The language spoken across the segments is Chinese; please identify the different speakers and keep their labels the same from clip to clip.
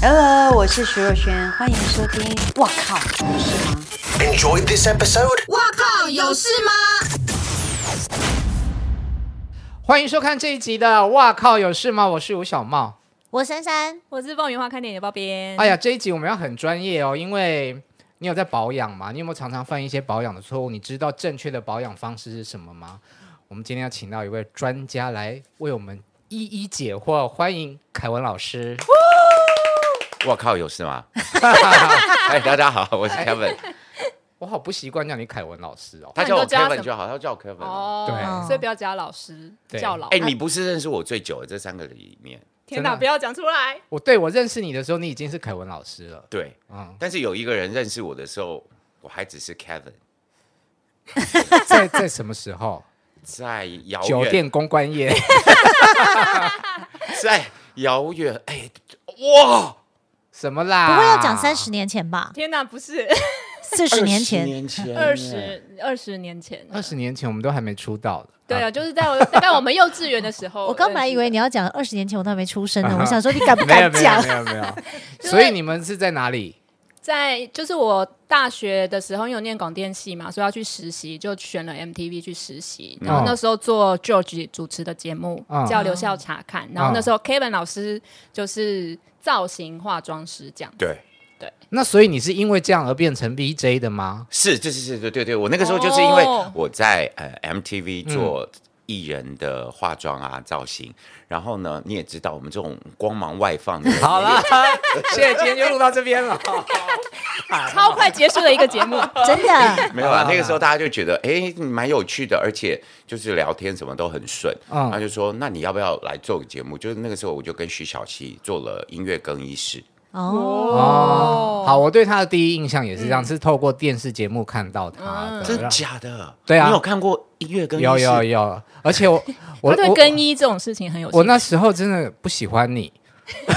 Speaker 1: Hello，我是徐若瑄，欢迎收听。哇靠，有事吗？
Speaker 2: Enjoyed this episode?
Speaker 3: 哇靠，有事吗？
Speaker 4: 欢迎收看这一集的《哇靠有事吗》，我是吴小茂。
Speaker 3: 我珊珊，
Speaker 5: 我是爆米花看电影的包边。
Speaker 3: 嗯
Speaker 4: 哎呀，这一集我们要很专业哦，因为你有在保养嘛？你有没有常常犯一些保养的错误？你知道正确的保养方式是什么吗？我们今天要请到一位专家来为我们一一解惑，欢迎凯文老师。
Speaker 6: 我靠，有事吗？哎，大家好，我是 Kevin，
Speaker 4: 我好不习惯叫你凯文老师哦。
Speaker 6: 他叫我
Speaker 5: 那你都叫
Speaker 6: Kevin 就好，他叫我 Kevin 哦。
Speaker 4: 对
Speaker 5: 所以不要加老师，
Speaker 4: 对
Speaker 5: 叫老。
Speaker 6: 哎，你不是认识我最久的这三个里面，
Speaker 5: 天
Speaker 4: 真
Speaker 5: 哪，
Speaker 4: 的
Speaker 5: 不要讲出来。
Speaker 4: 我对我认识你的时候，你已经是凯文老师 了。
Speaker 6: 对，
Speaker 4: 嗯，
Speaker 6: 但是有一个人认识我的时候，我还只是 Kevin，
Speaker 4: 在在什么时候？
Speaker 6: 在遥
Speaker 4: 酒
Speaker 6: 远，
Speaker 4: 店公关业
Speaker 6: 在遥远，哎，哇，
Speaker 4: 什么啦？
Speaker 3: 不会要讲三十年前吧？
Speaker 5: 天哪，不是
Speaker 3: 四十年
Speaker 6: 20
Speaker 3: 前，
Speaker 6: 年前，
Speaker 5: 二，十二十年前，
Speaker 4: 二十年前，我们都还没出道的。
Speaker 5: 对啊，就是在 我大概我们幼稚园的时候。
Speaker 3: 我刚本来以为你要讲二十年前，我都还没出生呢。我想说你敢不
Speaker 4: 没有
Speaker 3: 敢
Speaker 4: 啊没有
Speaker 3: 讲？
Speaker 4: 没有 没有，所以你们是在哪里？
Speaker 5: 在就是我大学的时候，因为我念广电系嘛，所以要去实习，就选了 MTV 去实习。然后那时候做 George 主持的节目、
Speaker 4: 嗯
Speaker 5: 叫《留校查看》，
Speaker 4: 啊
Speaker 5: 然后那时候 Kevin 老师就是造型化妆师这样。
Speaker 6: 对，
Speaker 4: 那所以你是因为这样而变成 VJ 的吗？
Speaker 6: 是，这是是，对对对，我那个时候就是因为
Speaker 5: 哦
Speaker 6: 我在呃 MTV 做艺人的化妆啊、造型，然后呢，你也知道我们这种光芒外放的人，
Speaker 4: 好了，谢谢，今天就录到这边了。
Speaker 5: 超快结束的一个节目，
Speaker 3: 真 的，
Speaker 6: 没有啊，那个时候大家就觉得，哎、蛮有趣的，而且就是聊天什么都很顺。
Speaker 4: 嗯
Speaker 6: 他就说，那你要不要来做个节目？就是那个时候，我就跟徐小琪做了音乐更衣室。
Speaker 3: 哦，
Speaker 4: 哦，嗯好，我对他的第一印象也是这样，是透过电视节目看到他的。
Speaker 6: 真假的？
Speaker 4: 对啊
Speaker 6: 你有看过音乐更衣室？
Speaker 4: 有有有，而且我我
Speaker 5: 他对更
Speaker 4: 我
Speaker 5: 衣这种事情很有兴趣。
Speaker 4: 我那时候真的不喜欢你，
Speaker 5: 为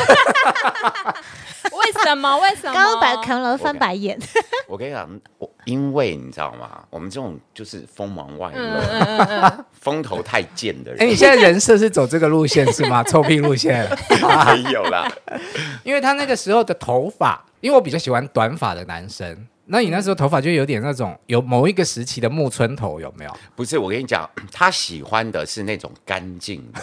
Speaker 5: 什么？为什么？
Speaker 3: 刚刚把凯文老师翻白 眼，
Speaker 6: 我跟你讲，我因为你知道吗？我们这种就是锋芒外露、 风头太健的
Speaker 4: 哎，你
Speaker 6: 人，
Speaker 4: 现在人设是走这个路线是 吗？臭屁路线，
Speaker 6: 没有啦。
Speaker 4: 因为他那个时候的头发，因为我比较喜欢短发的男生。那你那时候头发就有点那种有某一个时期的木村头，有没有？
Speaker 6: 不是，我跟你讲， 他喜欢的是那种干净的，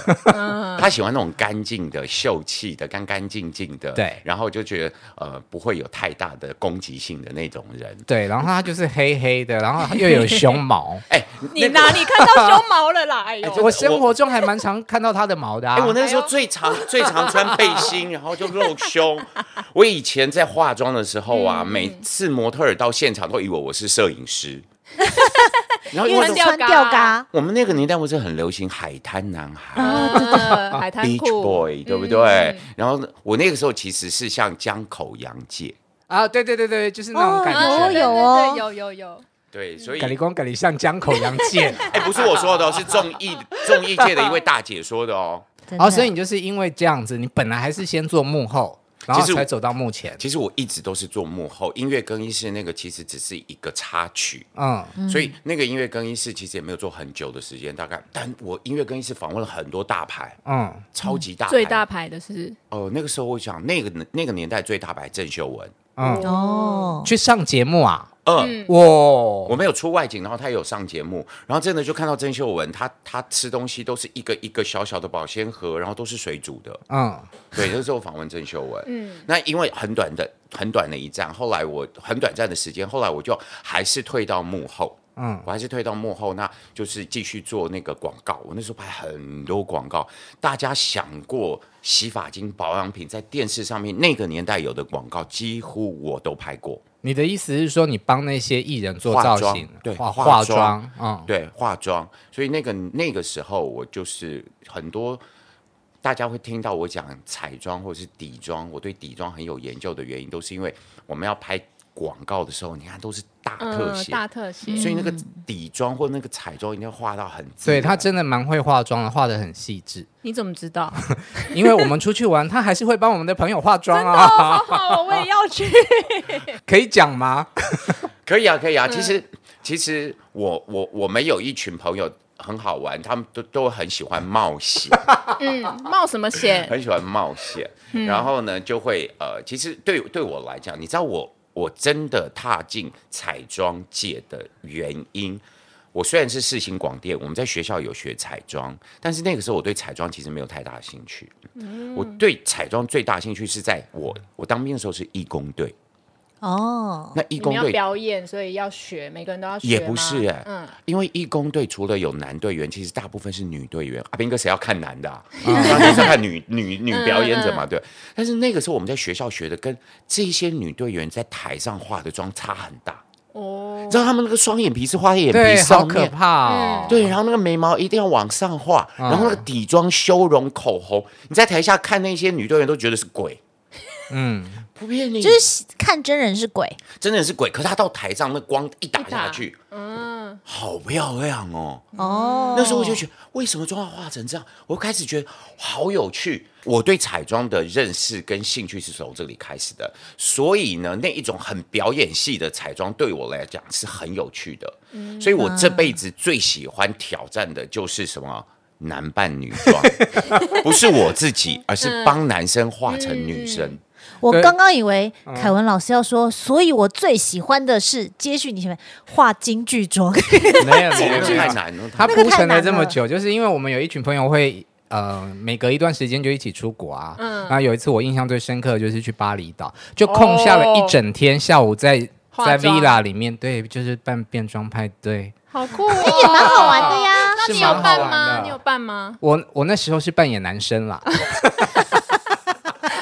Speaker 6: 他喜欢那种干净的、秀气的、干干净净的。
Speaker 4: 对
Speaker 6: 然后就觉得呃不会有太大的攻击性的那种人。
Speaker 4: 对，然后他就是黑黑的，然后又有胸毛。
Speaker 6: 哎、
Speaker 5: 你哪里看到胸毛了啦？哎 呦，
Speaker 4: 我生活中还蛮常看到他的毛的、啊。
Speaker 6: 哎、我那时候最常、最常穿背心，然后就露胸。我以前在化妆的时候啊，每次模特儿到现场都以为我是摄影师，然后因
Speaker 3: 因为
Speaker 6: 为
Speaker 3: 穿吊
Speaker 5: 穿吊
Speaker 3: 嘎
Speaker 5: 嘎，
Speaker 6: 我们那个年代不是很流行海滩男孩。
Speaker 5: 呃啊海滩
Speaker 6: Beach
Speaker 5: 裤嗯
Speaker 6: Boy，对不对？然后我那个时候其实是像江口洋介，
Speaker 4: 啊，对对对对，就是那种感
Speaker 3: 哦
Speaker 4: 觉。
Speaker 5: 啊对对对
Speaker 3: 有哦
Speaker 5: 有有有，
Speaker 6: 对，所以
Speaker 4: 咖喱公咖喱像江口洋介。
Speaker 6: 哎、不是我说的、哦，是综艺综艺界的一位大姐说的哦。
Speaker 3: 真的
Speaker 4: 哦，所以你就是因为这样子，你本来还是先做幕后，然后
Speaker 6: 其实我
Speaker 4: 才走到幕前。
Speaker 6: 其实我一直都是做幕后，音乐更衣室那个其实只是一个插曲，
Speaker 4: 嗯，
Speaker 6: 所以那个音乐更衣室其实也没有做很久的时间，大概。但我音乐更衣室访问了很多大牌，
Speaker 4: 嗯，
Speaker 6: 超级大牌。
Speaker 5: 最大牌的是
Speaker 6: 哦、那个时候我想，那个那个年代最大牌郑秀文，
Speaker 3: 哦，
Speaker 4: 去上节目啊，
Speaker 6: 嗯，
Speaker 4: 哇，
Speaker 6: 我们有出外景，然后他也有上节目，然后真的就看到郑秀文，她她吃东西都是一个一个小小的保鲜盒，然后都是水煮的，
Speaker 4: 嗯，
Speaker 6: 对，那时候访问郑秀文，嗯，那因为很短的很短的一站，后来我很短暂的时间，后来我就还是退到幕后，嗯，我还是退到幕后，那就是继续做那个广告。我那时候拍很多广告，大家想过洗发精、保养品在电视上面那个年代有的广告，几乎我都拍过。
Speaker 4: 你的意思是说你帮那些艺人做
Speaker 6: 化
Speaker 4: 造
Speaker 6: 妆
Speaker 4: 型，
Speaker 6: 对
Speaker 4: 化
Speaker 6: 化
Speaker 4: 化
Speaker 6: 妆
Speaker 4: 妆，嗯，
Speaker 6: 对，化妆，所以那个那个时候我就是很多大家会听到我讲彩妆或者是底妆，我对底妆很有研究的原因，都是因为我们要拍广告的时候，你看都是大特
Speaker 5: 嗯
Speaker 6: 写，
Speaker 5: 大嗯特写，
Speaker 6: 所以那个底妆或那个彩妆一定要画到很自
Speaker 4: 对
Speaker 6: 然，
Speaker 4: 他真的蛮会化妆的，化的很细致。
Speaker 5: 你怎么知 道？
Speaker 4: 因为我们出去玩，他还是会帮我们的朋友化妆啊，
Speaker 5: 哦，我也要去。
Speaker 4: 可以讲吗？
Speaker 5: 嗯
Speaker 6: 可以啊，可以啊。其实其实我我我们有一群朋友。很好玩，他们都都很喜欢冒险，
Speaker 5: 嗯，冒什么险？
Speaker 6: 很喜欢冒险。然后呢，就会呃，其实对对我来讲，你知道我我真的踏进彩妆界的原因。我虽然是世新广电，我们在学校有学彩妆，但是那个时候我对彩妆其实没有太大的兴趣。我对彩妆最大兴趣是在我我当兵的时候是义工队，
Speaker 3: 哦，
Speaker 6: 那义
Speaker 5: 你们
Speaker 6: 工
Speaker 5: 要
Speaker 6: 队
Speaker 5: 表演，所以要学，每个人都要学吗。
Speaker 6: 也不是哎、
Speaker 5: 嗯，
Speaker 6: 因为义工队除了有男队员，其实大部分是女队员。阿兵哥谁要看男 的啊？
Speaker 4: 嗯
Speaker 6: 当然是要看女 女女表演者嘛，对。但是那个时候我们在学校学的，跟这些女队员在台上化的妆差很大。
Speaker 5: 哦
Speaker 6: 你，知道他们那个双眼皮是画在眼皮
Speaker 4: 对，好
Speaker 6: 上
Speaker 4: 可
Speaker 6: 面，
Speaker 4: 怕哦。
Speaker 6: 对，然后那个眉毛一定要往上画，
Speaker 4: 嗯
Speaker 6: 然后那个底妆、修容、口红，你在台下看那些女队员都觉得是鬼，
Speaker 4: 嗯，
Speaker 6: 不骗你，
Speaker 3: 就是看真人是鬼，
Speaker 6: 真的是鬼。可是她到台上那光一打
Speaker 5: 一打
Speaker 6: 下去，
Speaker 5: 嗯，
Speaker 6: 好漂亮哦。
Speaker 3: 哦，
Speaker 6: 那时候我就觉得，为什么妆要画成这样？我开始觉得好有趣。我对彩妆的认识跟兴趣是从这里开始的，所以呢，那一种很表演系的彩妆对我来讲是很有趣的。
Speaker 5: 嗯
Speaker 6: 所以我这辈子最喜欢挑战的就是什么？男扮女装， 不是我自己，而是帮
Speaker 5: 嗯
Speaker 6: 男生化成女生。
Speaker 3: 我
Speaker 4: 对嗯
Speaker 3: 刚刚以为凯文老师要说，所以我最喜欢的是接续你前面画京剧 妆，
Speaker 4: 没有没
Speaker 6: 那
Speaker 4: 有
Speaker 6: 个
Speaker 4: 没
Speaker 6: 太
Speaker 5: 嗯
Speaker 4: 有，
Speaker 6: 难了，
Speaker 4: 他
Speaker 3: 那个
Speaker 4: 铺
Speaker 3: 太
Speaker 4: 陈
Speaker 3: 难
Speaker 4: 了这么
Speaker 3: 了
Speaker 4: 久，就是因为我们有一群朋友会。呃，每隔一段时间就一起出国啊。嗯，然后有一次我印象最深刻的就是去巴厘岛，就空下了一整天，下午在
Speaker 5: 化
Speaker 4: 在
Speaker 5: 妆
Speaker 4: villa 里面，对，就是办变装派对。
Speaker 5: 好酷哦，也
Speaker 3: 蛮好玩的。呀。
Speaker 5: 那你
Speaker 4: 是
Speaker 5: 有
Speaker 4: 蛮好
Speaker 5: 办
Speaker 4: 玩
Speaker 5: 吗？
Speaker 4: 的
Speaker 5: 你有办吗？
Speaker 4: 我我那时候是扮演男生啦，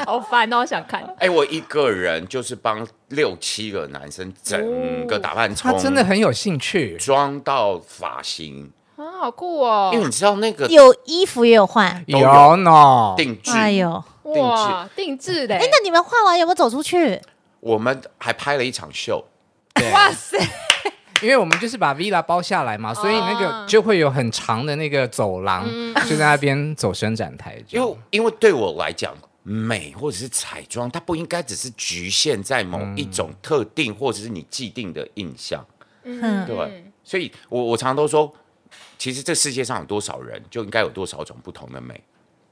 Speaker 5: 好烦哦，想看。
Speaker 6: 哎、我一个人就是帮六七个男生整个打扮从
Speaker 4: 他真的很有兴趣。
Speaker 6: 妆到发型，
Speaker 5: 啊，好酷哦
Speaker 6: 因！为你知道那个
Speaker 3: 有衣服也有换，
Speaker 6: 都有
Speaker 4: 有呢，
Speaker 6: 定制，
Speaker 3: 哎呦，
Speaker 5: 哇，定制的
Speaker 3: 哎，，那你们画完有没有走出去？
Speaker 6: 我们还拍了一场秀，
Speaker 5: 哇塞，
Speaker 4: 因为我们就是把 villa 包下来嘛，所以那个就会有很长的那个走廊，就在那边走伸展台这
Speaker 6: 因
Speaker 4: 样。
Speaker 6: 为因为对我来讲，美或者是彩妆，它不应该只是局限在某一种特定或者是你既定的印象，
Speaker 3: 嗯
Speaker 6: 对吧所以我我常常都说，其实这世界上有多少人，就应该有多少种不同的美。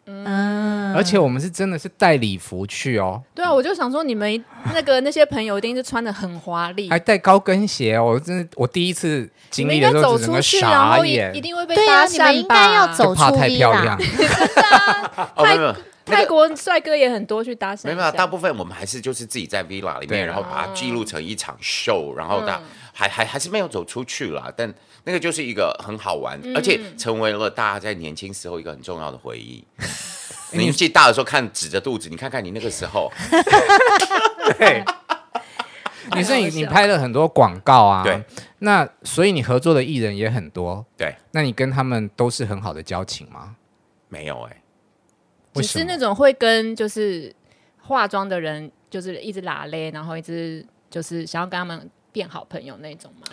Speaker 5: 嗯
Speaker 4: 而且我们是真的是带礼服去哦，
Speaker 5: 对啊，我就想说你们那个那些朋友一定是穿的很华丽
Speaker 4: 还，带高跟鞋哦，我真的我第一次
Speaker 5: 你
Speaker 4: 经
Speaker 5: 们
Speaker 4: 历
Speaker 5: 应
Speaker 4: 的
Speaker 5: 该
Speaker 4: 时候，
Speaker 5: 走
Speaker 4: 整个
Speaker 5: 出去，然
Speaker 4: 傻
Speaker 5: 后一一
Speaker 4: 眼，
Speaker 5: 定会被
Speaker 3: 对啊，
Speaker 5: 发
Speaker 3: 你
Speaker 5: 现吧。
Speaker 3: 们应该要走
Speaker 4: 就
Speaker 3: 出
Speaker 4: 怕太
Speaker 3: V
Speaker 4: 漂
Speaker 3: 啦
Speaker 4: 亮。。
Speaker 6: 哦，没有没有。
Speaker 5: 泰国帅哥也很多去搭讪一下，
Speaker 6: 没有啊，大部分我们还是就是自己在 villa 里
Speaker 4: 对啊
Speaker 6: 面，然后把它记录成一场秀，然后大、还还还是没有走出去啦。但那个就是一个很好玩，而且成为了大家在年轻时候一个很重要的回忆。年纪大的时候看指着肚子，你看看你那个时候，
Speaker 4: 对，你说你你拍了很多广告啊，
Speaker 6: 对，
Speaker 4: 那所以你合作的艺人也很多，
Speaker 6: 对，
Speaker 4: 那你跟他们都是很好的交情吗？
Speaker 6: 没有哎、
Speaker 4: 为
Speaker 5: 你
Speaker 4: 什
Speaker 5: 是
Speaker 4: 么
Speaker 5: 那种会跟就是化妆的人，就是一直拉勒，然后一直就是想要跟他们变好朋友那种吗？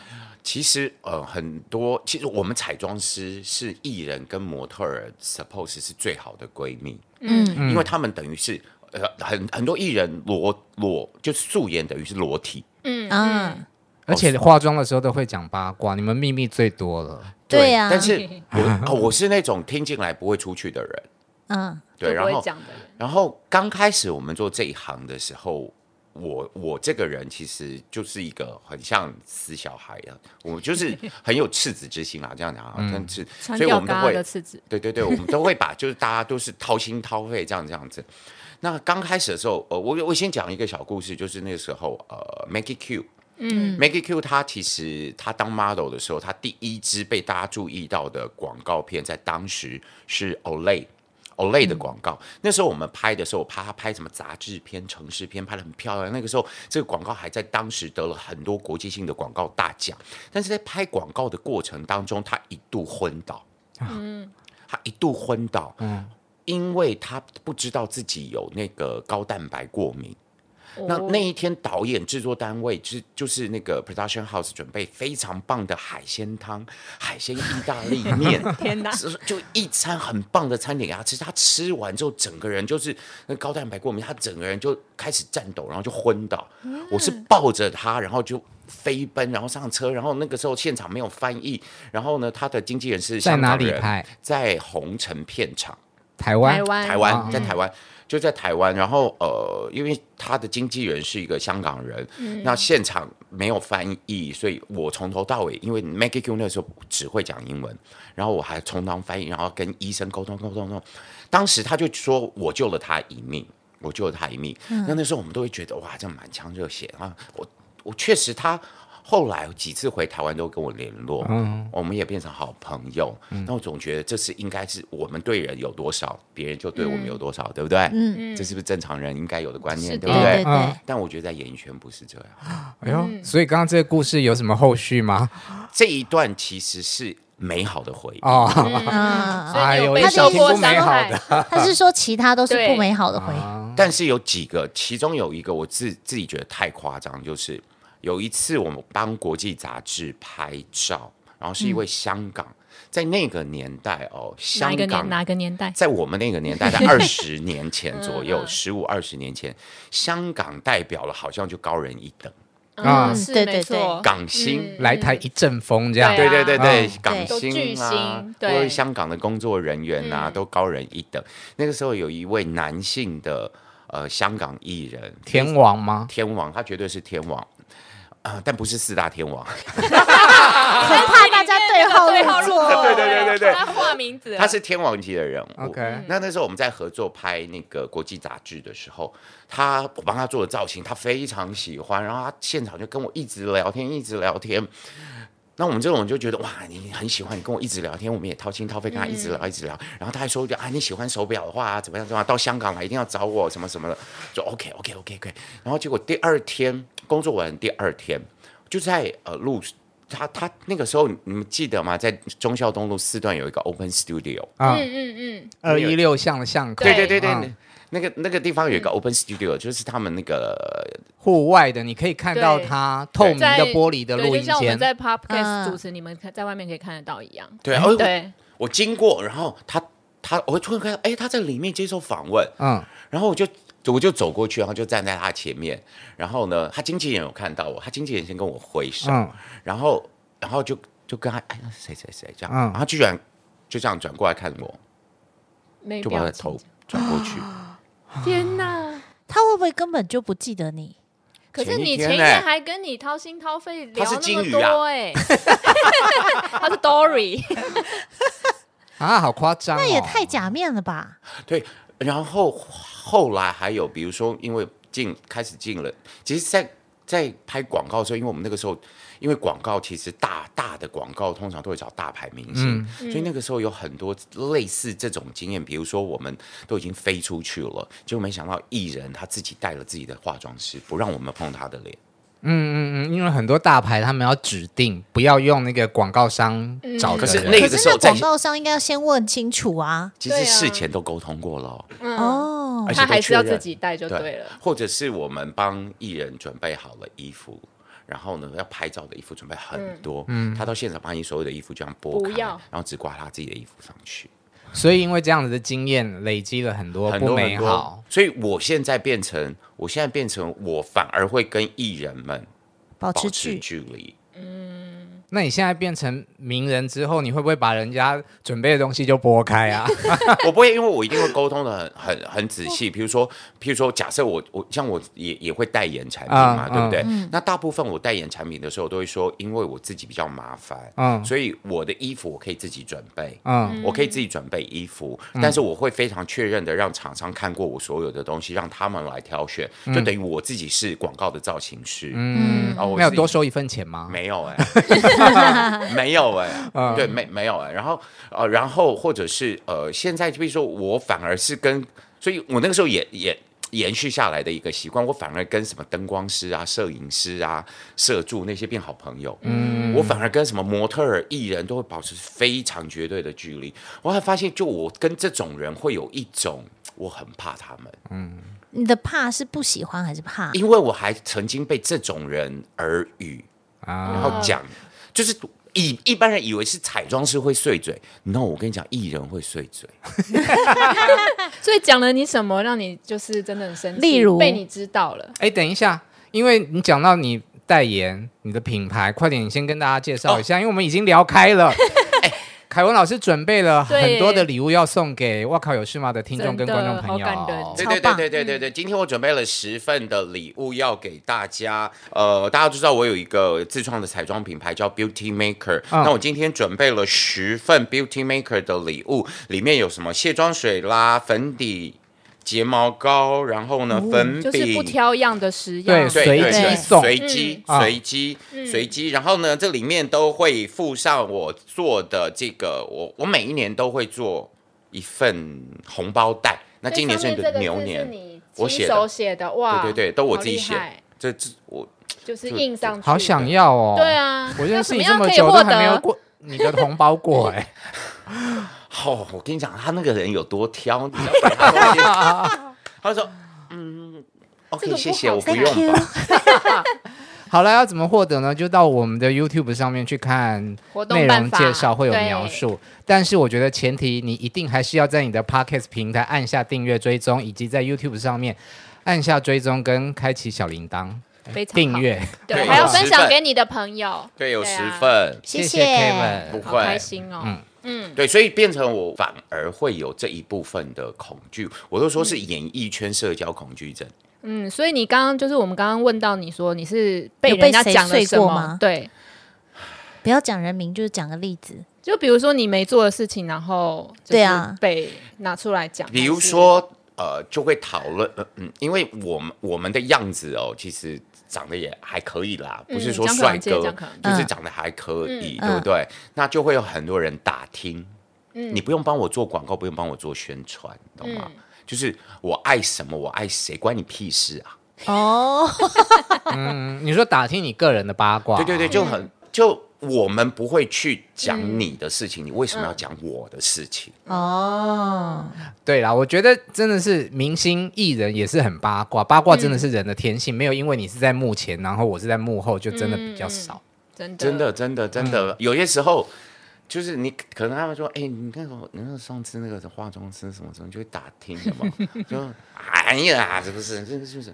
Speaker 6: 其实呃很多，其实我们彩妆师是艺人跟模特儿，suppose 是最好的闺蜜。
Speaker 3: 嗯，
Speaker 6: 因为他们等于是呃很很多艺人裸裸就素颜等于是裸体，
Speaker 5: 嗯
Speaker 3: 啊
Speaker 5: 嗯，
Speaker 4: 而且化妆的时候都会讲八卦，你们秘密最多了。
Speaker 3: 对呀
Speaker 6: 但是我、哦、我是那种听进来不会出去的人，
Speaker 3: 嗯，
Speaker 6: 对，
Speaker 5: 就
Speaker 6: 然
Speaker 5: 不会
Speaker 6: 后
Speaker 5: 讲的人，
Speaker 6: 然后刚开始我们做这一行的时候。我我这个人其实就是一个很像死小孩的，我就是很有赤子之心啊，这样讲啊，但是所
Speaker 5: 嗯穿
Speaker 6: 以我
Speaker 5: 吊
Speaker 6: 们都
Speaker 5: 嘎
Speaker 6: 会
Speaker 5: 的次子，
Speaker 6: 对对对，我们都会把就是大家都是掏心掏肺这样这样子。那刚开始的时候，呃，我我先讲一个小故事，就是那个时候，呃，Maggie Q，嗯，Maggie Q 她其实她当 model 的时候，她第一支被大家注意到的广告片，在当时是 Olay。Olay 的广告，那时候我们拍的时候，怕她拍什么杂志片、城市片，拍的很漂亮。那个时候，这个广告还在当时得了很多国际性的广告大奖。但是在拍广告的过程当中，她一度昏倒，他一度昏倒，因为他不知道自己有那个高蛋白过敏，那
Speaker 5: 哦
Speaker 6: 那一天导演制作单位就是就是那个 production house 准备非常棒的海鲜汤、海鲜意大利面，
Speaker 5: 天哪！
Speaker 6: 是就一餐很棒的餐点给他吃，他吃完之后整个人就是那高蛋白过敏，他整个人就开始颤抖，然后就昏倒。
Speaker 5: 嗯
Speaker 6: 我是抱着他，然后就飞奔，然后上车，然后那个时候现场没有翻译，然后呢，他的经纪人是
Speaker 4: 在
Speaker 6: 香
Speaker 4: 哪
Speaker 6: 港
Speaker 4: 里
Speaker 6: 人
Speaker 4: 拍？
Speaker 6: 在红尘片场。
Speaker 4: 台湾，
Speaker 5: 台湾嗯
Speaker 6: 台湾，在台湾。就在台湾，然后呃，因为他的经纪人是一个香港人，
Speaker 5: 嗯
Speaker 6: 那现场没有翻译，所以我从头到尾，因为 Maggie Q 那时候只会讲英文，然后我还充当翻译，然后跟医生沟通沟通沟通。当时他就说我救了他一命，我救了他一命。那那时候我们都会觉得哇，这满腔热血啊！我我确实他后来几次回台湾都跟我联络，我们也变成好朋友。那我总觉得这是应该是我们对人有多少，别人就对我们有多少，对不对？嗯，这是不是正常人应该有的观念，
Speaker 5: 是
Speaker 6: 对
Speaker 5: 的
Speaker 6: 不
Speaker 3: 对
Speaker 6: 对？
Speaker 3: 对
Speaker 4: 嗯
Speaker 3: 对，
Speaker 6: 但我觉得在演艺圈不是这样，
Speaker 4: 哎呦，
Speaker 5: 嗯
Speaker 4: 所以刚刚这个故事有什么后续吗？
Speaker 6: 这一段其实是美好的回忆。
Speaker 4: 哦，
Speaker 3: 嗯，
Speaker 5: 所以你有
Speaker 4: 哎
Speaker 5: 被
Speaker 4: 呦
Speaker 5: 受过
Speaker 4: 一听就
Speaker 5: 伤
Speaker 4: 美好
Speaker 5: 害，
Speaker 3: 他是说其他都是不
Speaker 5: 对
Speaker 3: 美好的回忆，
Speaker 5: 嗯
Speaker 6: 但是有几个，其中有一个我自自己觉得太夸张，就是有一次我们帮国际杂志拍照，然后是一位香港，在那个年代哦，
Speaker 5: 嗯哪
Speaker 6: 香
Speaker 5: 一个
Speaker 6: 港
Speaker 5: 年哪个年代？
Speaker 6: 在我们那个年 代，在二十年前左
Speaker 5: 嗯
Speaker 6: 右，十五二十年前，香港代表了好像就高人一等，
Speaker 4: 啊
Speaker 5: 嗯，是
Speaker 3: 对
Speaker 5: 没
Speaker 3: 对对
Speaker 5: 错，
Speaker 6: 港星。
Speaker 4: 来台一阵风这样，
Speaker 5: 嗯对
Speaker 6: 对
Speaker 5: 啊
Speaker 6: 对对对
Speaker 4: 嗯，
Speaker 6: 港
Speaker 5: 都巨
Speaker 6: 星啊
Speaker 5: 星，
Speaker 6: 或
Speaker 5: 对嗯
Speaker 6: 者香港的工作人员啊，都高人一等。那个时候有一位男性的呃香港艺人，
Speaker 4: 天王吗？
Speaker 6: 天王，他绝对是天王。啊、但不是四大天王，
Speaker 3: 很怕大家对号入座。
Speaker 6: 对对对对对
Speaker 5: 他化名字了，
Speaker 6: 他是天王级的人物。
Speaker 4: OK
Speaker 6: 那那时候我们在合作拍那个国际杂志的时候，他我帮他做的造型，他非常喜欢，然后他现场就跟我一直聊天，一直聊天。那我们这种就觉得哇，你很喜欢，你跟我一直聊天，我们也掏心掏肺跟他一直聊，一直聊。然后他还说啊，你喜欢手表的话、啊、怎么样怎么样，到香港来一定要找我什么什么的，就 OK OK OK OK。然后结果第二天工作完第二天，就在呃路，他他那个时候你们记得吗？在忠孝东路四段有一个 Open Studio，
Speaker 4: 啊，
Speaker 5: 嗯嗯
Speaker 4: 二一六巷的巷口，
Speaker 6: 对对对对，
Speaker 4: 嗯
Speaker 6: 那个那个地方有一个 open studio，就是他们那个
Speaker 4: 户外的，你可以看到它透
Speaker 5: 嗯，
Speaker 4: 明
Speaker 5: 在
Speaker 4: 的玻璃的
Speaker 5: 对
Speaker 4: 录音
Speaker 5: 就像我
Speaker 4: 间，
Speaker 5: 们在
Speaker 3: 嗯
Speaker 5: podcast 主持，你们看在外面可以看得到一样。
Speaker 6: 对，哦，我
Speaker 5: 对，
Speaker 6: 我经过，然后他他我突然看到，哎，他在里面接受访问，
Speaker 4: 嗯，
Speaker 6: 然后我就我就走过去，然后就站在他前面，然后呢，他经纪人有看到我，他经纪人先跟我挥手，
Speaker 4: 嗯
Speaker 6: 然后然后就就跟他哎谁谁谁这
Speaker 4: 嗯
Speaker 6: 样，然后他居然就这样转过来看我，
Speaker 5: 没
Speaker 6: 就把他
Speaker 5: 表
Speaker 6: 的
Speaker 5: 情
Speaker 6: 头。转过去。
Speaker 5: 天哪！
Speaker 3: 他会不会根本就不记得你？
Speaker 5: 可是
Speaker 6: 前一
Speaker 5: 你
Speaker 6: 天
Speaker 5: 前一
Speaker 6: 呢
Speaker 5: 天还跟你掏心掏肺聊
Speaker 6: 他是
Speaker 5: 那
Speaker 6: 金
Speaker 5: 么
Speaker 6: 鱼啊
Speaker 5: 多哎，他是 Dory，
Speaker 4: 啊，好夸张哦，
Speaker 3: 那也太假面了吧！
Speaker 6: 对，然后后来还有，比如说，因为进开始进了，其实在，在拍广告的时候，因为我们那个时候，因为广告其实大大的广告通常都会找大牌明星，所以那个时候有很多类似这种经验，比如说我们都已经飞出去了，结果没想到艺人他自己带了自己的化妆师，不让我们碰他的脸。
Speaker 4: 嗯嗯嗯，因为很多大牌他们要指定不要用那个广告商
Speaker 5: 嗯
Speaker 4: 找的
Speaker 6: 可是
Speaker 4: 人
Speaker 6: 那
Speaker 3: 可
Speaker 6: 个
Speaker 3: 是
Speaker 6: 时
Speaker 3: 那
Speaker 6: 候在
Speaker 3: 广告商应该要先问清楚啊。
Speaker 6: 其实
Speaker 5: 对啊
Speaker 6: 事前都沟通过了哦、
Speaker 3: 哦
Speaker 6: 而，且
Speaker 5: 他还
Speaker 6: 都
Speaker 5: 是
Speaker 6: 确
Speaker 5: 要
Speaker 6: 认
Speaker 5: 自己带就对了。
Speaker 6: 或者是我们帮艺人准备好了衣服，然后呢要拍照的衣服准备很多，
Speaker 4: 嗯
Speaker 6: 他到现场把你所有的衣服这样剥
Speaker 5: 不
Speaker 6: 开，
Speaker 5: 要
Speaker 6: 然后只挂他自己的衣服上去，
Speaker 4: 所以因为这样子的经验累积了很多
Speaker 6: 很
Speaker 4: 不
Speaker 6: 多
Speaker 4: 美
Speaker 6: 很
Speaker 4: 好
Speaker 6: 多。，所以我现在变成，我现在变成我反而会跟艺人们
Speaker 3: 保
Speaker 6: 保
Speaker 3: 持
Speaker 6: 持
Speaker 3: 距
Speaker 6: 距离。
Speaker 4: 那你现在变成名人之后，你会不会把人家准备的东西就拨开 啊？
Speaker 6: 我不会，因为我一定会沟通的很很很仔细。比如说，譬如说，假设我我像我也也会代言产品嘛，
Speaker 4: 啊
Speaker 6: 对不对？那大部分我代言产品的时候，都会说，因为我自己比较麻烦，
Speaker 4: 嗯
Speaker 6: 所以我的衣服我可以自己准备，
Speaker 4: 嗯
Speaker 6: 我可以自己准备衣服，但是我会非常确认的让厂商看过我所有的东西，让他们来挑选，就
Speaker 4: 嗯
Speaker 6: 等于我自己是广告的造型师，嗯，然后我
Speaker 4: 那有
Speaker 6: 自己
Speaker 4: 多收一份钱吗？
Speaker 6: 没有哎、没有哎、对，没没有哎、然后呃，然后或者是呃，现在比如说我反而是跟，所以我那个时候也也延续下来的一个习惯，我反而跟什么灯光师啊、摄影师啊、摄助那些变好朋友。嗯，我反而跟什么模特儿、艺人都会保持非常绝对的距离。我还发现，就我跟这种人会有一种。我很怕他们，
Speaker 3: 你的怕是不喜欢还是怕？
Speaker 6: 因为我还曾经被这种人耳语，然后讲，就是以一般人以为是彩妆师会碎嘴，no，我跟你讲，艺人会碎嘴。
Speaker 5: 所以讲了你什么，让你就是真的很生气？
Speaker 3: 例如
Speaker 5: 被你知道了，
Speaker 4: 哎，等一下，因为你讲到你代言你的品牌，快点，你先跟大家介绍
Speaker 5: 哦
Speaker 4: 一下，因为我们已经聊开 了。哎凯文老师准备了很多的礼物要送给“哇靠有事吗”的听众跟
Speaker 5: 真的
Speaker 4: 观众朋友。
Speaker 5: 好感人
Speaker 6: 对
Speaker 3: 超
Speaker 6: 对对
Speaker 3: 棒
Speaker 6: 对对对对，今天我准备了十份的礼物要给大家。呃，大家都知道我有一个自创的彩妆品牌叫 Beauty Maker，、
Speaker 4: 嗯
Speaker 6: 那我今天准备了十份 Beauty Maker 的礼物，里面有什么卸妆水啦、粉底、睫毛膏，然后呢、粉
Speaker 5: 就
Speaker 6: 饼。
Speaker 5: 是不挑样的实
Speaker 4: 对
Speaker 5: 样，
Speaker 6: 对
Speaker 4: 随
Speaker 6: 对
Speaker 4: 机
Speaker 6: 对
Speaker 4: 送
Speaker 6: 随机、
Speaker 4: 嗯
Speaker 6: 随机、随机。然后呢，这里面都会附上我做的这个，我我每一年都会做一份红包袋。那今年是牛年，我写
Speaker 5: 亲
Speaker 6: 的
Speaker 5: 手写的哇，
Speaker 6: 对对对，都我自己
Speaker 5: 好
Speaker 6: 写
Speaker 5: 厉害。
Speaker 6: 这这我
Speaker 5: 就是印上去，
Speaker 4: 好想要哦！
Speaker 5: 对啊
Speaker 4: 我认识你
Speaker 5: 要
Speaker 4: 这
Speaker 5: 怎么
Speaker 4: 么
Speaker 5: 样
Speaker 4: 久
Speaker 5: 可以
Speaker 4: 都
Speaker 5: 获
Speaker 4: 还没有
Speaker 5: 得
Speaker 4: 过你的红包过哎、
Speaker 6: 好、哦我跟你讲，他那个人有多挑，你知道吗他说？ 他说，嗯
Speaker 5: 这
Speaker 6: ，OK，
Speaker 5: 个不
Speaker 6: 谢
Speaker 5: 好
Speaker 6: 谢，我不
Speaker 1: Thank
Speaker 6: 用
Speaker 1: you
Speaker 6: 吧。。
Speaker 4: 好了，要怎么获得呢？就到我们的 YouTube 上面去看
Speaker 5: 活动
Speaker 4: 内
Speaker 5: 办
Speaker 4: 容
Speaker 5: 法
Speaker 4: 介绍，会有
Speaker 5: 对
Speaker 4: 描述。但是我觉得前提，你一定还是要在你的 Podcast 平台按下订阅追踪，以及在 YouTube 上面按下追踪跟开启小铃铛
Speaker 5: 非常好
Speaker 4: 订，阅。
Speaker 5: 对，
Speaker 6: 对
Speaker 5: 还要
Speaker 6: 有
Speaker 5: 分
Speaker 6: 十
Speaker 5: 享
Speaker 6: 份
Speaker 5: 给你的朋友，
Speaker 6: 对，有
Speaker 5: 啊
Speaker 6: 十份，
Speaker 4: 谢
Speaker 1: 谢
Speaker 4: Kevin，
Speaker 6: 不
Speaker 5: 好开
Speaker 6: 会。
Speaker 5: 心哦，
Speaker 4: 嗯
Speaker 5: 嗯，
Speaker 6: 对，所以变成我反而会有这一部分的恐惧，我都说是演艺圈社交恐惧症。
Speaker 5: 嗯，所以你刚刚就是我们刚刚问到你说你是被
Speaker 3: 有被
Speaker 5: 人家
Speaker 3: 谁
Speaker 5: 讲了
Speaker 3: 碎
Speaker 5: 什
Speaker 3: 过
Speaker 5: 么
Speaker 3: 吗
Speaker 5: 对，
Speaker 3: 不要讲人名，就是讲个例子。
Speaker 5: 就比如说你没做的事情，然后就是
Speaker 3: 对啊
Speaker 5: 被拿出来讲，
Speaker 6: 比如说，呃，就会讨论，呃嗯，因为我们我们的样子哦，其实长得也还可以啦，
Speaker 5: 嗯
Speaker 6: 不是说
Speaker 5: 江可
Speaker 6: 帅
Speaker 5: 能见
Speaker 6: 哥
Speaker 5: 江可，
Speaker 6: 就
Speaker 3: 能
Speaker 6: 是
Speaker 3: 嗯
Speaker 6: 长得还可以，
Speaker 3: 嗯
Speaker 6: 对不对？那就会有很多人打听，
Speaker 5: 嗯
Speaker 6: 你不用帮我做广告，不用帮我做宣传，懂吗？
Speaker 5: 嗯
Speaker 6: 就是我爱什么，我爱谁，关你屁事啊！
Speaker 3: 哦，
Speaker 4: 嗯，你说打听你个人的八卦，
Speaker 6: 对对对，就很就我们不会去讲你的事情，你为什么要讲我的事情？
Speaker 3: 嗯哦，
Speaker 4: 对啦，我觉得真的是明星艺人也是很八卦，八卦真
Speaker 5: 嗯
Speaker 4: 的是人的天性，没有因为你是在幕前，然后我是在幕后，就真的
Speaker 5: 嗯
Speaker 4: 比较少。
Speaker 5: 真的
Speaker 6: 真的真的真
Speaker 4: 嗯
Speaker 6: 的，有些时候。就是你可能他们说，哎、你那个你那个上次那个化妆师什么什么，就会打听什么，就哎呀，是不是？这个就是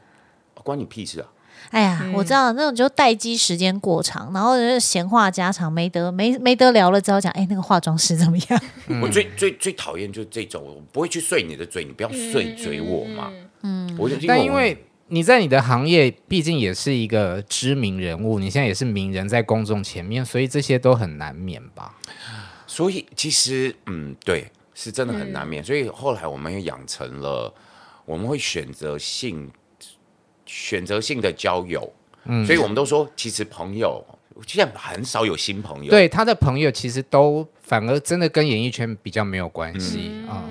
Speaker 6: 关你屁事啊！
Speaker 3: 哎呀，我知道那种就待机时间过长，然后就是闲话家常，没得没没得聊了之后讲，哎，那个化妆师怎么样？
Speaker 6: 我最
Speaker 4: 嗯
Speaker 6: 最最讨厌就是这种，我不会去碎你的嘴，你不要碎嘴我嘛。嗯，我就
Speaker 4: 但因
Speaker 6: 我
Speaker 4: 为你在你的行业，毕竟也是一个知名人物，你现在也是名人，在公众前面，所以这些都很难免吧？
Speaker 6: 所以其实，嗯，对，是真的
Speaker 5: 嗯
Speaker 6: 很难免。所以后来我们也养成了，我们会选择性、选择性的交友。
Speaker 4: 嗯
Speaker 6: 所以我们都说，其实朋友现在很少有新朋友。，
Speaker 4: 对，他的朋友其实都反而真的跟演艺圈比较没有关系啊、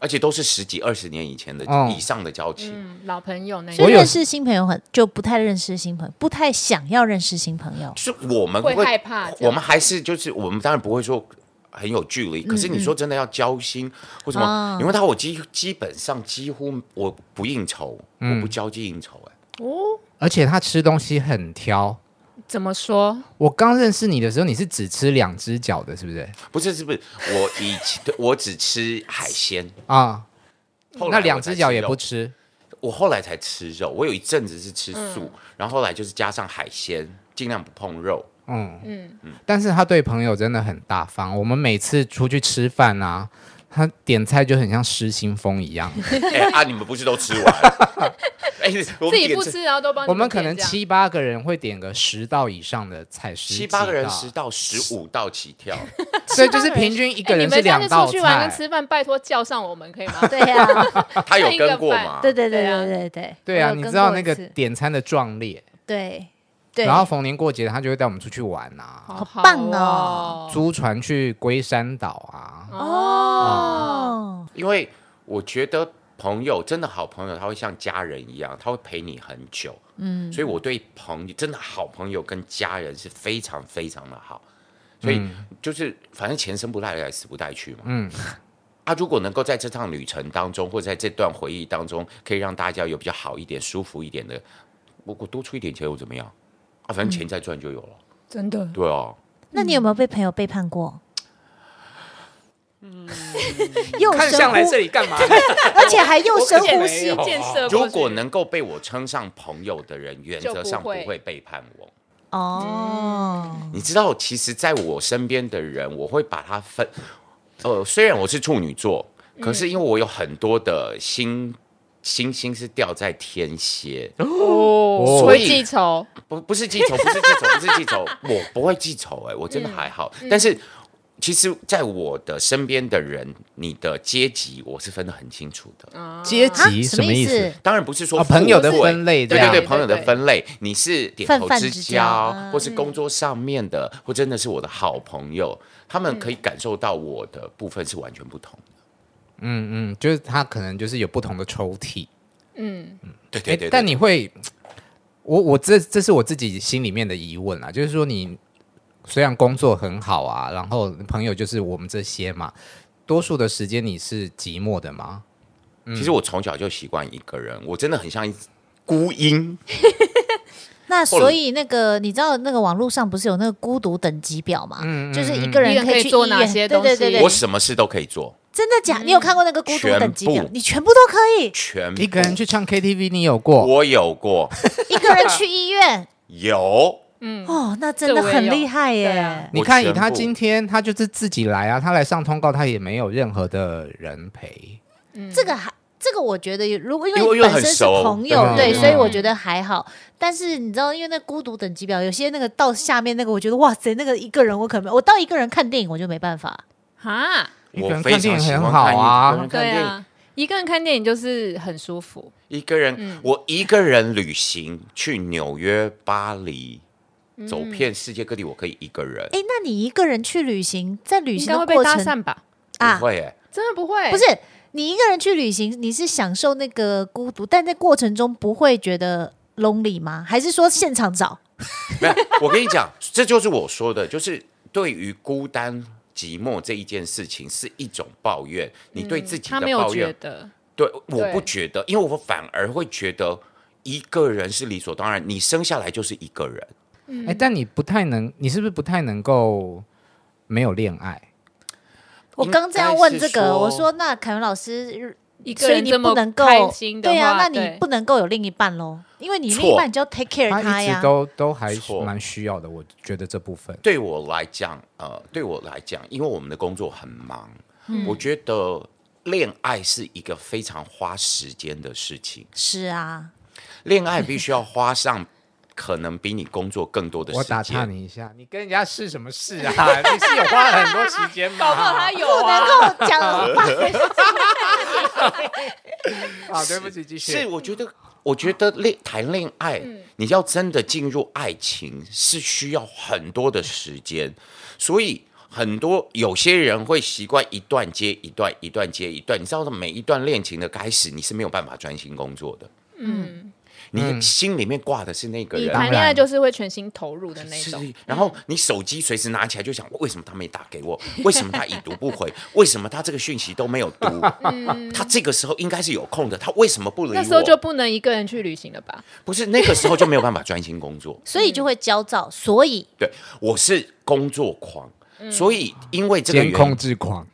Speaker 6: 而且都是十几二十年以前的、
Speaker 4: 哦
Speaker 6: 以上的交情。
Speaker 5: 嗯老朋友那
Speaker 3: 就
Speaker 4: 我
Speaker 5: 一
Speaker 4: 有
Speaker 3: 认识新朋友很就不太认识新朋友，不太想要认识新朋友。
Speaker 6: 就是我们
Speaker 5: 会
Speaker 6: 会
Speaker 5: 害怕这样嗯
Speaker 6: 我们还是就是我们当然不会说很有距离，可是你说真的要交心或什么
Speaker 3: 哦，
Speaker 6: 你问他，我基基本上几乎我不应酬，
Speaker 4: 嗯
Speaker 6: 我不交际应酬、哎。
Speaker 5: 哦，
Speaker 4: 而且他吃东西很挑。
Speaker 5: 怎么说？
Speaker 4: 我刚认识你的时候，你是只吃两只脚的，是不是？
Speaker 6: 不是，是不是？我以前 对我只吃海鲜，
Speaker 4: 啊、
Speaker 6: 后来
Speaker 4: 那
Speaker 6: 我
Speaker 4: 两
Speaker 6: 才
Speaker 4: 只脚
Speaker 6: 吃
Speaker 4: 也不
Speaker 6: 肉。
Speaker 4: 吃。
Speaker 6: 我后来才吃肉，我有一阵子是吃素，然后后来就是加上海鲜，尽量不 碰肉。
Speaker 4: 嗯
Speaker 5: 嗯
Speaker 4: 但是他对朋友真的很大方。我们每次出去吃饭啊，他点菜就很像失心疯一样。
Speaker 6: 哎、啊，你们不是都吃 完了？哎、我
Speaker 5: 自
Speaker 6: 们
Speaker 5: 己
Speaker 6: 点
Speaker 5: 不
Speaker 6: 这
Speaker 5: 吃，然后都哦帮你
Speaker 4: 我们可
Speaker 5: 点
Speaker 4: 能
Speaker 5: 这样
Speaker 4: 七八个人会点个十道以上的菜，十
Speaker 6: 七
Speaker 4: 几
Speaker 6: 八个人
Speaker 4: 道
Speaker 6: 十，到十五道起 跳，
Speaker 4: 所以就是平 均一个
Speaker 5: 哎
Speaker 4: 人
Speaker 5: 你们下
Speaker 4: 两
Speaker 5: 次
Speaker 4: 道
Speaker 5: 出去玩跟
Speaker 4: 菜。
Speaker 5: 吃饭，拜托叫上我们可 以吗？
Speaker 3: 对啊呀、
Speaker 6: 他有跟过吗？
Speaker 3: 对对对
Speaker 5: 对啊
Speaker 3: 对对对，
Speaker 4: 对啊，
Speaker 3: 我有
Speaker 4: 你
Speaker 3: 跟
Speaker 4: 知道
Speaker 3: 过
Speaker 4: 那
Speaker 3: 一
Speaker 4: 个
Speaker 3: 次
Speaker 4: 点餐的壮烈，
Speaker 3: 对对，
Speaker 4: 然后逢年过节他就会带我们出去玩啊，
Speaker 5: 好好
Speaker 3: 棒
Speaker 5: 哦
Speaker 3: 哦！
Speaker 4: 租船去龟山岛啊，
Speaker 5: 哦，
Speaker 3: 哦，
Speaker 6: 因为我觉得朋友真的好朋友，他会像家人一样，他会陪你很久。嗯，所以我对朋友真的好朋友跟家人是非常非常的好，所以就是反正前生不带来死不带去嘛。嗯， 啊，如果能够在这趟旅程当中，或者在这段回忆当中，可以让大家有比较好一点、舒服一点的，我我多出一点钱又怎么样？
Speaker 5: 嗯
Speaker 6: 啊，反正钱再赚就有了。
Speaker 5: 真的，
Speaker 6: 对哦，
Speaker 3: 那你有没有被朋友背叛过？嗯 又
Speaker 4: 看
Speaker 3: 神
Speaker 4: 向来这
Speaker 3: 乎，
Speaker 4: 里干嘛？
Speaker 3: 而且还又神乎
Speaker 5: 见
Speaker 3: 兮
Speaker 5: 识见识。
Speaker 6: 如果能够被我称上朋友的人，原
Speaker 5: 就
Speaker 6: 则
Speaker 5: 不
Speaker 6: 上不
Speaker 5: 会
Speaker 6: 会背叛我。
Speaker 3: 哦，
Speaker 6: 你知道，其实在我身边的人，我会把它分。呃，虽然我是处女座，可是因为我有很多的星星星是掉在天蝎，
Speaker 5: 哦
Speaker 6: 所
Speaker 5: 会
Speaker 6: 以
Speaker 5: 记仇，
Speaker 6: 不不是记仇，不是记仇，不是记仇，我不会记仇、哎，我真的还好。但是其实，在我的身边的人，你的阶级我是分得很清楚的。
Speaker 4: 阶
Speaker 3: 啊
Speaker 4: 级
Speaker 3: 什
Speaker 4: 什么意思
Speaker 3: 思？？
Speaker 6: 当然不是说
Speaker 4: 哦，朋友的
Speaker 6: 富贵
Speaker 4: 分类这
Speaker 6: 对
Speaker 4: 样
Speaker 6: 对对，
Speaker 5: 对
Speaker 6: 朋友的
Speaker 5: 对
Speaker 6: 分类，你是点
Speaker 3: 泛
Speaker 6: 头
Speaker 3: 泛
Speaker 6: 之
Speaker 3: 之交
Speaker 6: 交
Speaker 3: 啊，
Speaker 6: 或是工作上面的，或真的是我的好朋友，他们可以感受到我的部分是完全不同的。
Speaker 4: 嗯嗯，就是他可能就是有不同的抽屉。
Speaker 5: 嗯，
Speaker 6: 对
Speaker 4: 哎，但你会，我我这这是我自己心里面的疑问啦，就是说你虽然工作很好啊，然后朋友就是我们这些嘛，多数的时间你是寂寞的吗？
Speaker 6: 嗯其
Speaker 4: 嗯
Speaker 6: 实我从小就习惯一个人，我真的很像一孤鹰，
Speaker 3: 那所以那个你知道那个网络上不是有那个孤独等级表嘛？
Speaker 4: 嗯
Speaker 3: 就是一个
Speaker 5: 一个
Speaker 3: 人
Speaker 5: 人可以
Speaker 3: 去
Speaker 5: 做
Speaker 3: 医
Speaker 5: 哪
Speaker 3: 院
Speaker 5: 些
Speaker 3: 对
Speaker 5: 东
Speaker 3: 对
Speaker 5: 西
Speaker 3: 对对
Speaker 6: 我什么事都可以做，
Speaker 3: 真的假？你有看过那个孤独等级
Speaker 4: 嗯
Speaker 3: 表
Speaker 6: 全？部
Speaker 3: 你全部都可以，
Speaker 6: 全部
Speaker 4: 一个人去唱 KTV，你有过？
Speaker 6: 哦我有过
Speaker 3: 一个人去医 院，
Speaker 6: 有，
Speaker 5: 嗯
Speaker 3: 哦，那真的
Speaker 5: 这我也
Speaker 3: 很
Speaker 5: 有
Speaker 3: 厉害
Speaker 5: 对
Speaker 3: 耶
Speaker 5: 啊！
Speaker 4: 你看，以
Speaker 6: 我全
Speaker 4: 他
Speaker 6: 部
Speaker 4: 今天他就是自己来啊，他来上通告，他也没有任何的人陪。
Speaker 5: 嗯
Speaker 3: 这个还。这个我觉得，如果因
Speaker 6: 因为
Speaker 3: 为
Speaker 6: 又
Speaker 3: 本
Speaker 6: 很
Speaker 3: 身是
Speaker 6: 熟
Speaker 3: 朋友，
Speaker 4: 对
Speaker 3: 对，
Speaker 4: 嗯
Speaker 3: 所以我觉得还好。但是你知道，因为那孤独等级表，有些那个到下面那个，我觉得哇塞，那个一个人我可能我到一个人看电影我就没办法。
Speaker 5: 哈，
Speaker 4: 一个
Speaker 6: 我
Speaker 4: 人
Speaker 6: 非
Speaker 4: 看电
Speaker 6: 常
Speaker 4: 影
Speaker 6: 喜
Speaker 4: 很
Speaker 6: 欢
Speaker 4: 好
Speaker 6: 看
Speaker 4: 啊
Speaker 6: 一个人看
Speaker 5: 对
Speaker 6: 电影。
Speaker 5: 啊，一个人看电影就是很舒服，
Speaker 6: 一个人，我一个人旅行去纽约、巴黎，走遍世界各地，我可以一个人。
Speaker 3: 哎，那你一个人去旅行，在旅
Speaker 5: 应
Speaker 3: 行
Speaker 5: 该
Speaker 3: 的
Speaker 5: 会被
Speaker 3: 过
Speaker 5: 搭
Speaker 3: 程
Speaker 5: 讪吧？
Speaker 3: 啊
Speaker 6: 不，会、欸，
Speaker 5: 真的不会，
Speaker 3: 不是你一个人去旅行，你是享受那个孤独，但在过程中不会觉得 lonely 吗？还是说现场找？
Speaker 6: 没有。我跟你讲， 这就是我说的，就是对于孤单、寂寞这一件事情是一种抱怨，你对自己
Speaker 5: 嗯他
Speaker 6: 的
Speaker 5: 没有
Speaker 6: 抱
Speaker 5: 觉
Speaker 6: 怨。
Speaker 5: 得，
Speaker 6: 对，我不觉得，因为我反而会觉得一个人是理所当然，你生下来就是一个人。
Speaker 4: 哎、但你不太能，你是不是不太能够没有恋爱？
Speaker 3: 我刚这样问这
Speaker 6: 应该是
Speaker 3: 个，
Speaker 6: 说
Speaker 3: 我说那凯文老师，
Speaker 5: 一个
Speaker 3: 所以
Speaker 5: 人
Speaker 3: 你
Speaker 5: 这
Speaker 3: 不
Speaker 5: 么
Speaker 3: 能够
Speaker 5: 开心的话，
Speaker 3: 对啊，那你
Speaker 5: 对
Speaker 3: 不能够有另一半喽，因为你
Speaker 6: 错
Speaker 3: 另一半你就要 take care
Speaker 4: 他一
Speaker 3: 呀
Speaker 4: 直。都都还
Speaker 6: 错
Speaker 4: 蛮需要的，我觉得这部分。
Speaker 6: 对我来讲，呃，对我来讲，因为我们的工作很忙，
Speaker 5: 嗯
Speaker 6: 我觉得恋爱是一个非常花时间的事情。
Speaker 3: 是啊，
Speaker 6: 恋爱必须要花上可能比你工作更多的
Speaker 4: 我
Speaker 6: 时
Speaker 4: 打岔
Speaker 6: 间。
Speaker 4: 你一下，你跟人家试什么试啊？ 你是有花了很多时间吗？
Speaker 5: 搞不好他有
Speaker 3: 不能
Speaker 5: 啊，
Speaker 3: 够讲。
Speaker 4: 啊，对不起，继续。
Speaker 6: 是，我觉得，我觉得恋谈恋爱，
Speaker 5: 嗯
Speaker 6: 你要真的进入爱情是需要很多的时间，所以很多有些人会习惯一段接一段，一段接一段。你知道，每一段恋情的开始，你是没有办法专心工作的，
Speaker 5: 嗯，
Speaker 6: 你心里面挂的是那个
Speaker 5: 你
Speaker 6: 人。
Speaker 5: 谈恋爱就是会全心投入的那
Speaker 6: 是
Speaker 5: 种，，
Speaker 6: 然后你手机随时拿起来就想，为什么他没打给我？为什么他已读不回？ 为什么他这个讯息都没有读？他这个时候应该是有空的，他为什么不理
Speaker 5: 嗯
Speaker 6: 我？
Speaker 5: 那时候就不能一个人去旅行了吧？
Speaker 6: 不是那个时候就没有办法专心工作
Speaker 3: 所以就会焦躁，所以
Speaker 6: 对，我是工作狂，所以因为这个
Speaker 4: 监
Speaker 6: 原
Speaker 4: 控
Speaker 6: 因，
Speaker 4: 制狂。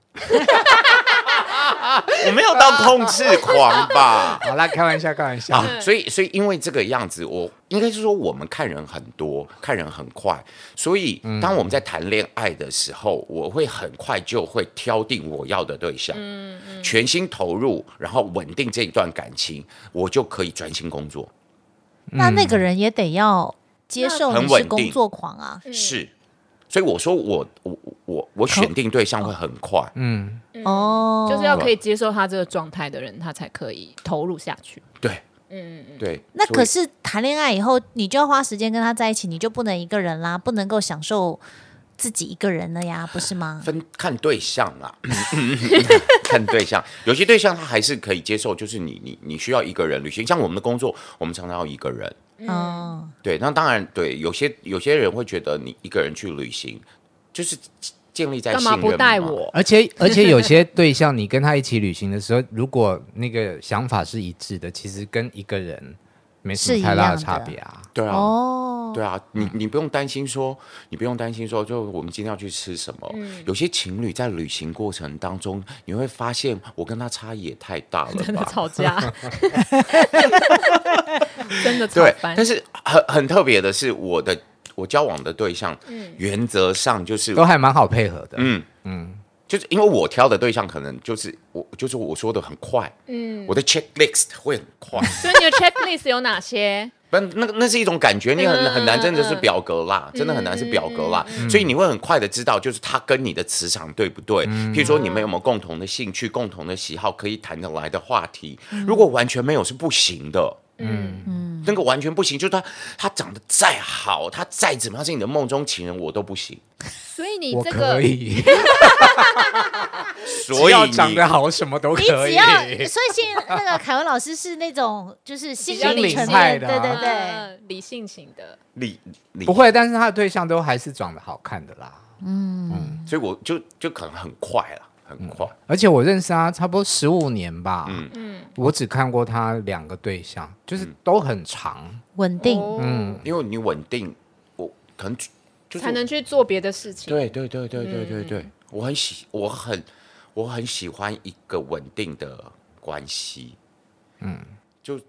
Speaker 6: 我没有到控制狂吧
Speaker 4: ？好啦，开玩笑，开玩笑。
Speaker 6: 啊，所以所以因为这个样子，我应该是说我们看人很多，看人很快，所以
Speaker 4: 嗯
Speaker 6: 当我们在谈恋爱的时候，我会很快就会挑定我要的对象，全心投入，然后稳定这一段感情，我就可以专心工作。
Speaker 3: 那那个人也得要接受
Speaker 6: 那
Speaker 3: 你
Speaker 6: 很
Speaker 3: 是
Speaker 6: 稳
Speaker 3: 工
Speaker 6: 定
Speaker 3: 作狂啊。
Speaker 6: 是，所以我说我我我我选定对象会很快，
Speaker 4: 嗯，
Speaker 3: 哦，
Speaker 5: 就是要可以接受他这个状态的人，他才可以投入下去。
Speaker 6: 对，嗯嗯对。
Speaker 3: 那
Speaker 6: 所
Speaker 3: 可
Speaker 6: 以
Speaker 3: 是谈恋爱以后，你就要花时间跟他在一起，你就不能一个人啦，不能够享受自己一个人了呀，不是 吗？
Speaker 6: 分看对象 啦， 看对象，有些对象他还是可以接受，就是你你你需要一个人旅行，像我们的工作，我们常常要一个人。
Speaker 3: 嗯，
Speaker 6: 对，那当然对，有些有些人会觉得你一个人去旅行，就是建立在
Speaker 5: 干
Speaker 6: 信
Speaker 5: 嘛
Speaker 6: 任
Speaker 5: 不带
Speaker 6: 嘛
Speaker 5: 我？
Speaker 4: 而且而且有些对象，你跟他一起旅行的时候，如果那个想法是一致的，其实跟一个人没什
Speaker 3: 是一
Speaker 4: 么太大
Speaker 3: 样的
Speaker 4: 差别啊。
Speaker 6: 对啊，
Speaker 3: 哦，
Speaker 6: 对啊，你你不用担心说，你不用担心说，就我们今天要去吃什么。
Speaker 5: 嗯
Speaker 6: 有些情侣在旅行过程当中，你会发现我跟他差异也太大了
Speaker 5: 真的
Speaker 6: 吧？
Speaker 5: 吵架，真的吵
Speaker 6: 对，
Speaker 5: 翻
Speaker 6: 但。是很很特别的是，我的我交往的对象，原则上就是
Speaker 4: 都还蛮好配合的。嗯，
Speaker 6: 就是因为我挑的对象可能就是我就是我说的很快，嗯，我的 checklist 会很快，
Speaker 5: 所以你的 checklist 有哪些？
Speaker 6: 不然那个那是一种感觉，你
Speaker 5: 嗯
Speaker 6: 很
Speaker 5: 嗯
Speaker 6: 很难，真的
Speaker 5: 嗯
Speaker 6: 是表格啦，真的很难是表格啦，所以你会很快的知道，就是他跟你的磁场对不对。
Speaker 5: 嗯
Speaker 6: 譬如说你们有没有共同的兴趣、共同的喜好，可以谈得来的话题。如果完全没有是不行的，
Speaker 5: 嗯，
Speaker 6: 那个完全不行，就是他他长得再好，他再怎么样是你的梦中情人，我都不行。
Speaker 5: 所以你
Speaker 4: 我
Speaker 5: 这个
Speaker 4: 可以，
Speaker 6: 所以
Speaker 4: 只要
Speaker 6: 你
Speaker 4: 长得好，什么都
Speaker 3: 你
Speaker 4: 可
Speaker 3: 只
Speaker 4: 以。
Speaker 3: 要，所以现在那个凯文老师是那种就是心
Speaker 5: 比较
Speaker 3: 理
Speaker 5: 理
Speaker 3: 层
Speaker 5: 性
Speaker 3: 面，
Speaker 4: 的
Speaker 3: 对
Speaker 4: 啊
Speaker 3: 对对，
Speaker 5: 呃理性型的，
Speaker 6: 理理
Speaker 4: 不，会，但是他的对象都还是长得好看的啦。
Speaker 6: 所以我就就可能很快了，很快。
Speaker 4: 而且我认识他差不多十五年吧，
Speaker 6: 嗯
Speaker 5: 嗯，
Speaker 4: 我只看过他两个对象，就是都很长。
Speaker 3: 稳定。
Speaker 5: 嗯，
Speaker 6: 因为你稳定，我可能就就是
Speaker 5: 才能去做别的事情。
Speaker 6: 对对对对对对对，我很喜，我很我很喜欢一个稳定的关系。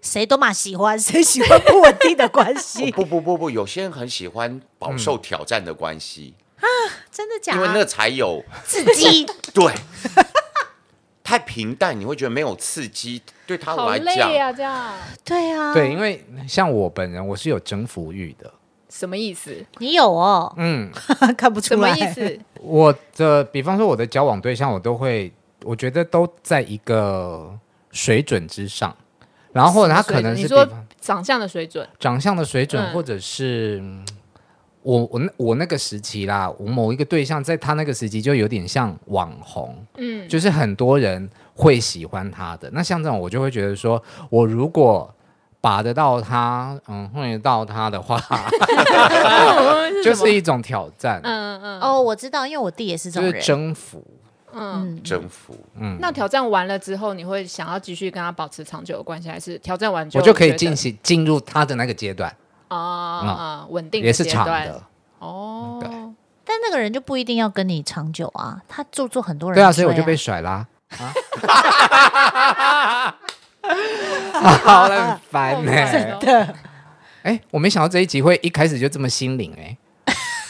Speaker 3: 谁都嘛喜欢，谁喜欢不稳定的关
Speaker 6: 哦
Speaker 3: 系？
Speaker 6: 不不不不，有些人很喜欢饱受挑战的关系，
Speaker 3: 真的假
Speaker 6: 因为那
Speaker 3: 的？
Speaker 6: 才有
Speaker 3: 刺 激，
Speaker 6: 对。太平淡，你会觉得没有刺激，对他
Speaker 5: 好
Speaker 6: 来
Speaker 5: 累啊
Speaker 6: 讲，
Speaker 5: 呀、这样
Speaker 3: 对啊，
Speaker 4: 对，，因为像我本人，我是有征服欲的。
Speaker 5: 什么意思？
Speaker 3: 你有哦，
Speaker 4: 嗯，
Speaker 3: 看不出
Speaker 5: 什么
Speaker 3: 来，
Speaker 5: 意 思？
Speaker 4: 我的比方说我的交往对象，我都会，我觉得都在一个水准之上，然后或者他可能是
Speaker 5: 你
Speaker 4: 比
Speaker 5: 说
Speaker 4: 方
Speaker 5: 长相的水准，
Speaker 4: 长相的水准，
Speaker 5: 嗯
Speaker 4: 或者是嗯我我那我那个时期啦，我某一个对象在他那个时期就有点像网红，
Speaker 5: 嗯，
Speaker 4: 就是很多人会喜欢他的。那像这种，我就会觉得说，我如果把得到他，嗯，碰得到他的 话，就是一种挑战，
Speaker 5: 嗯嗯
Speaker 3: 哦，我知道，因为我弟也是这
Speaker 4: 就
Speaker 3: 种
Speaker 4: 是
Speaker 3: 人。
Speaker 4: 征服。
Speaker 5: 嗯
Speaker 6: 征服。
Speaker 5: 嗯。那挑战完了之后，你会想要继续跟他保持长久的关系，还是挑战完
Speaker 4: 我
Speaker 5: 后
Speaker 4: 就
Speaker 5: 就
Speaker 4: 可以
Speaker 5: 觉得
Speaker 4: 进行进入他的那个阶段，
Speaker 5: 啊啊稳定的
Speaker 4: 也是
Speaker 5: 阶
Speaker 4: 长
Speaker 5: 段
Speaker 4: 的，
Speaker 5: 哦。
Speaker 3: 但那个人就不一定要跟你长久啊，他做做很多人、
Speaker 4: 对啊，所以我就被甩 啦。啊，好了，很烦呢、欸
Speaker 5: 真的，
Speaker 4: 哎，我没想到这一集会一开始就这么心灵哎、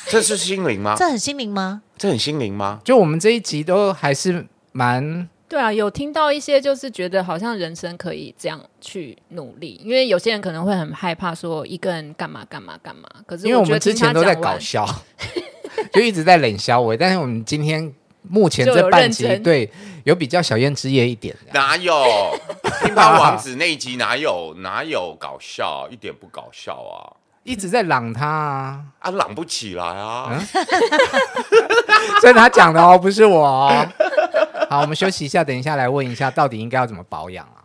Speaker 6: 这是心灵吗？
Speaker 3: 这很心灵吗？
Speaker 6: 这很心灵吗？
Speaker 4: 就我们这一集都还是蛮
Speaker 5: 对啊，有听到一些就是觉得好像人生可以这样去努力，因为有些人可能会很害怕说一个人干嘛干嘛干嘛，可是
Speaker 4: 因为我
Speaker 5: 觉得
Speaker 4: 们之
Speaker 5: 听他
Speaker 4: 前都在
Speaker 5: 讲
Speaker 4: 搞
Speaker 5: 完，
Speaker 4: 笑，就一直在冷笑我，但是我们今天目前
Speaker 5: 就有
Speaker 4: 这半
Speaker 5: 认
Speaker 4: 集
Speaker 5: 真
Speaker 4: 对有比较小燕之夜一点，
Speaker 6: 哪有？乒乓王子那一集哪有哪有搞笑？一点不搞笑啊！
Speaker 4: 一直在朗他啊，
Speaker 6: 啊，朗不起来啊！
Speaker 4: 所以他讲的哦，不是我、哦。好，我们休息一下，等一下来问一下到底应该要怎么保养啊。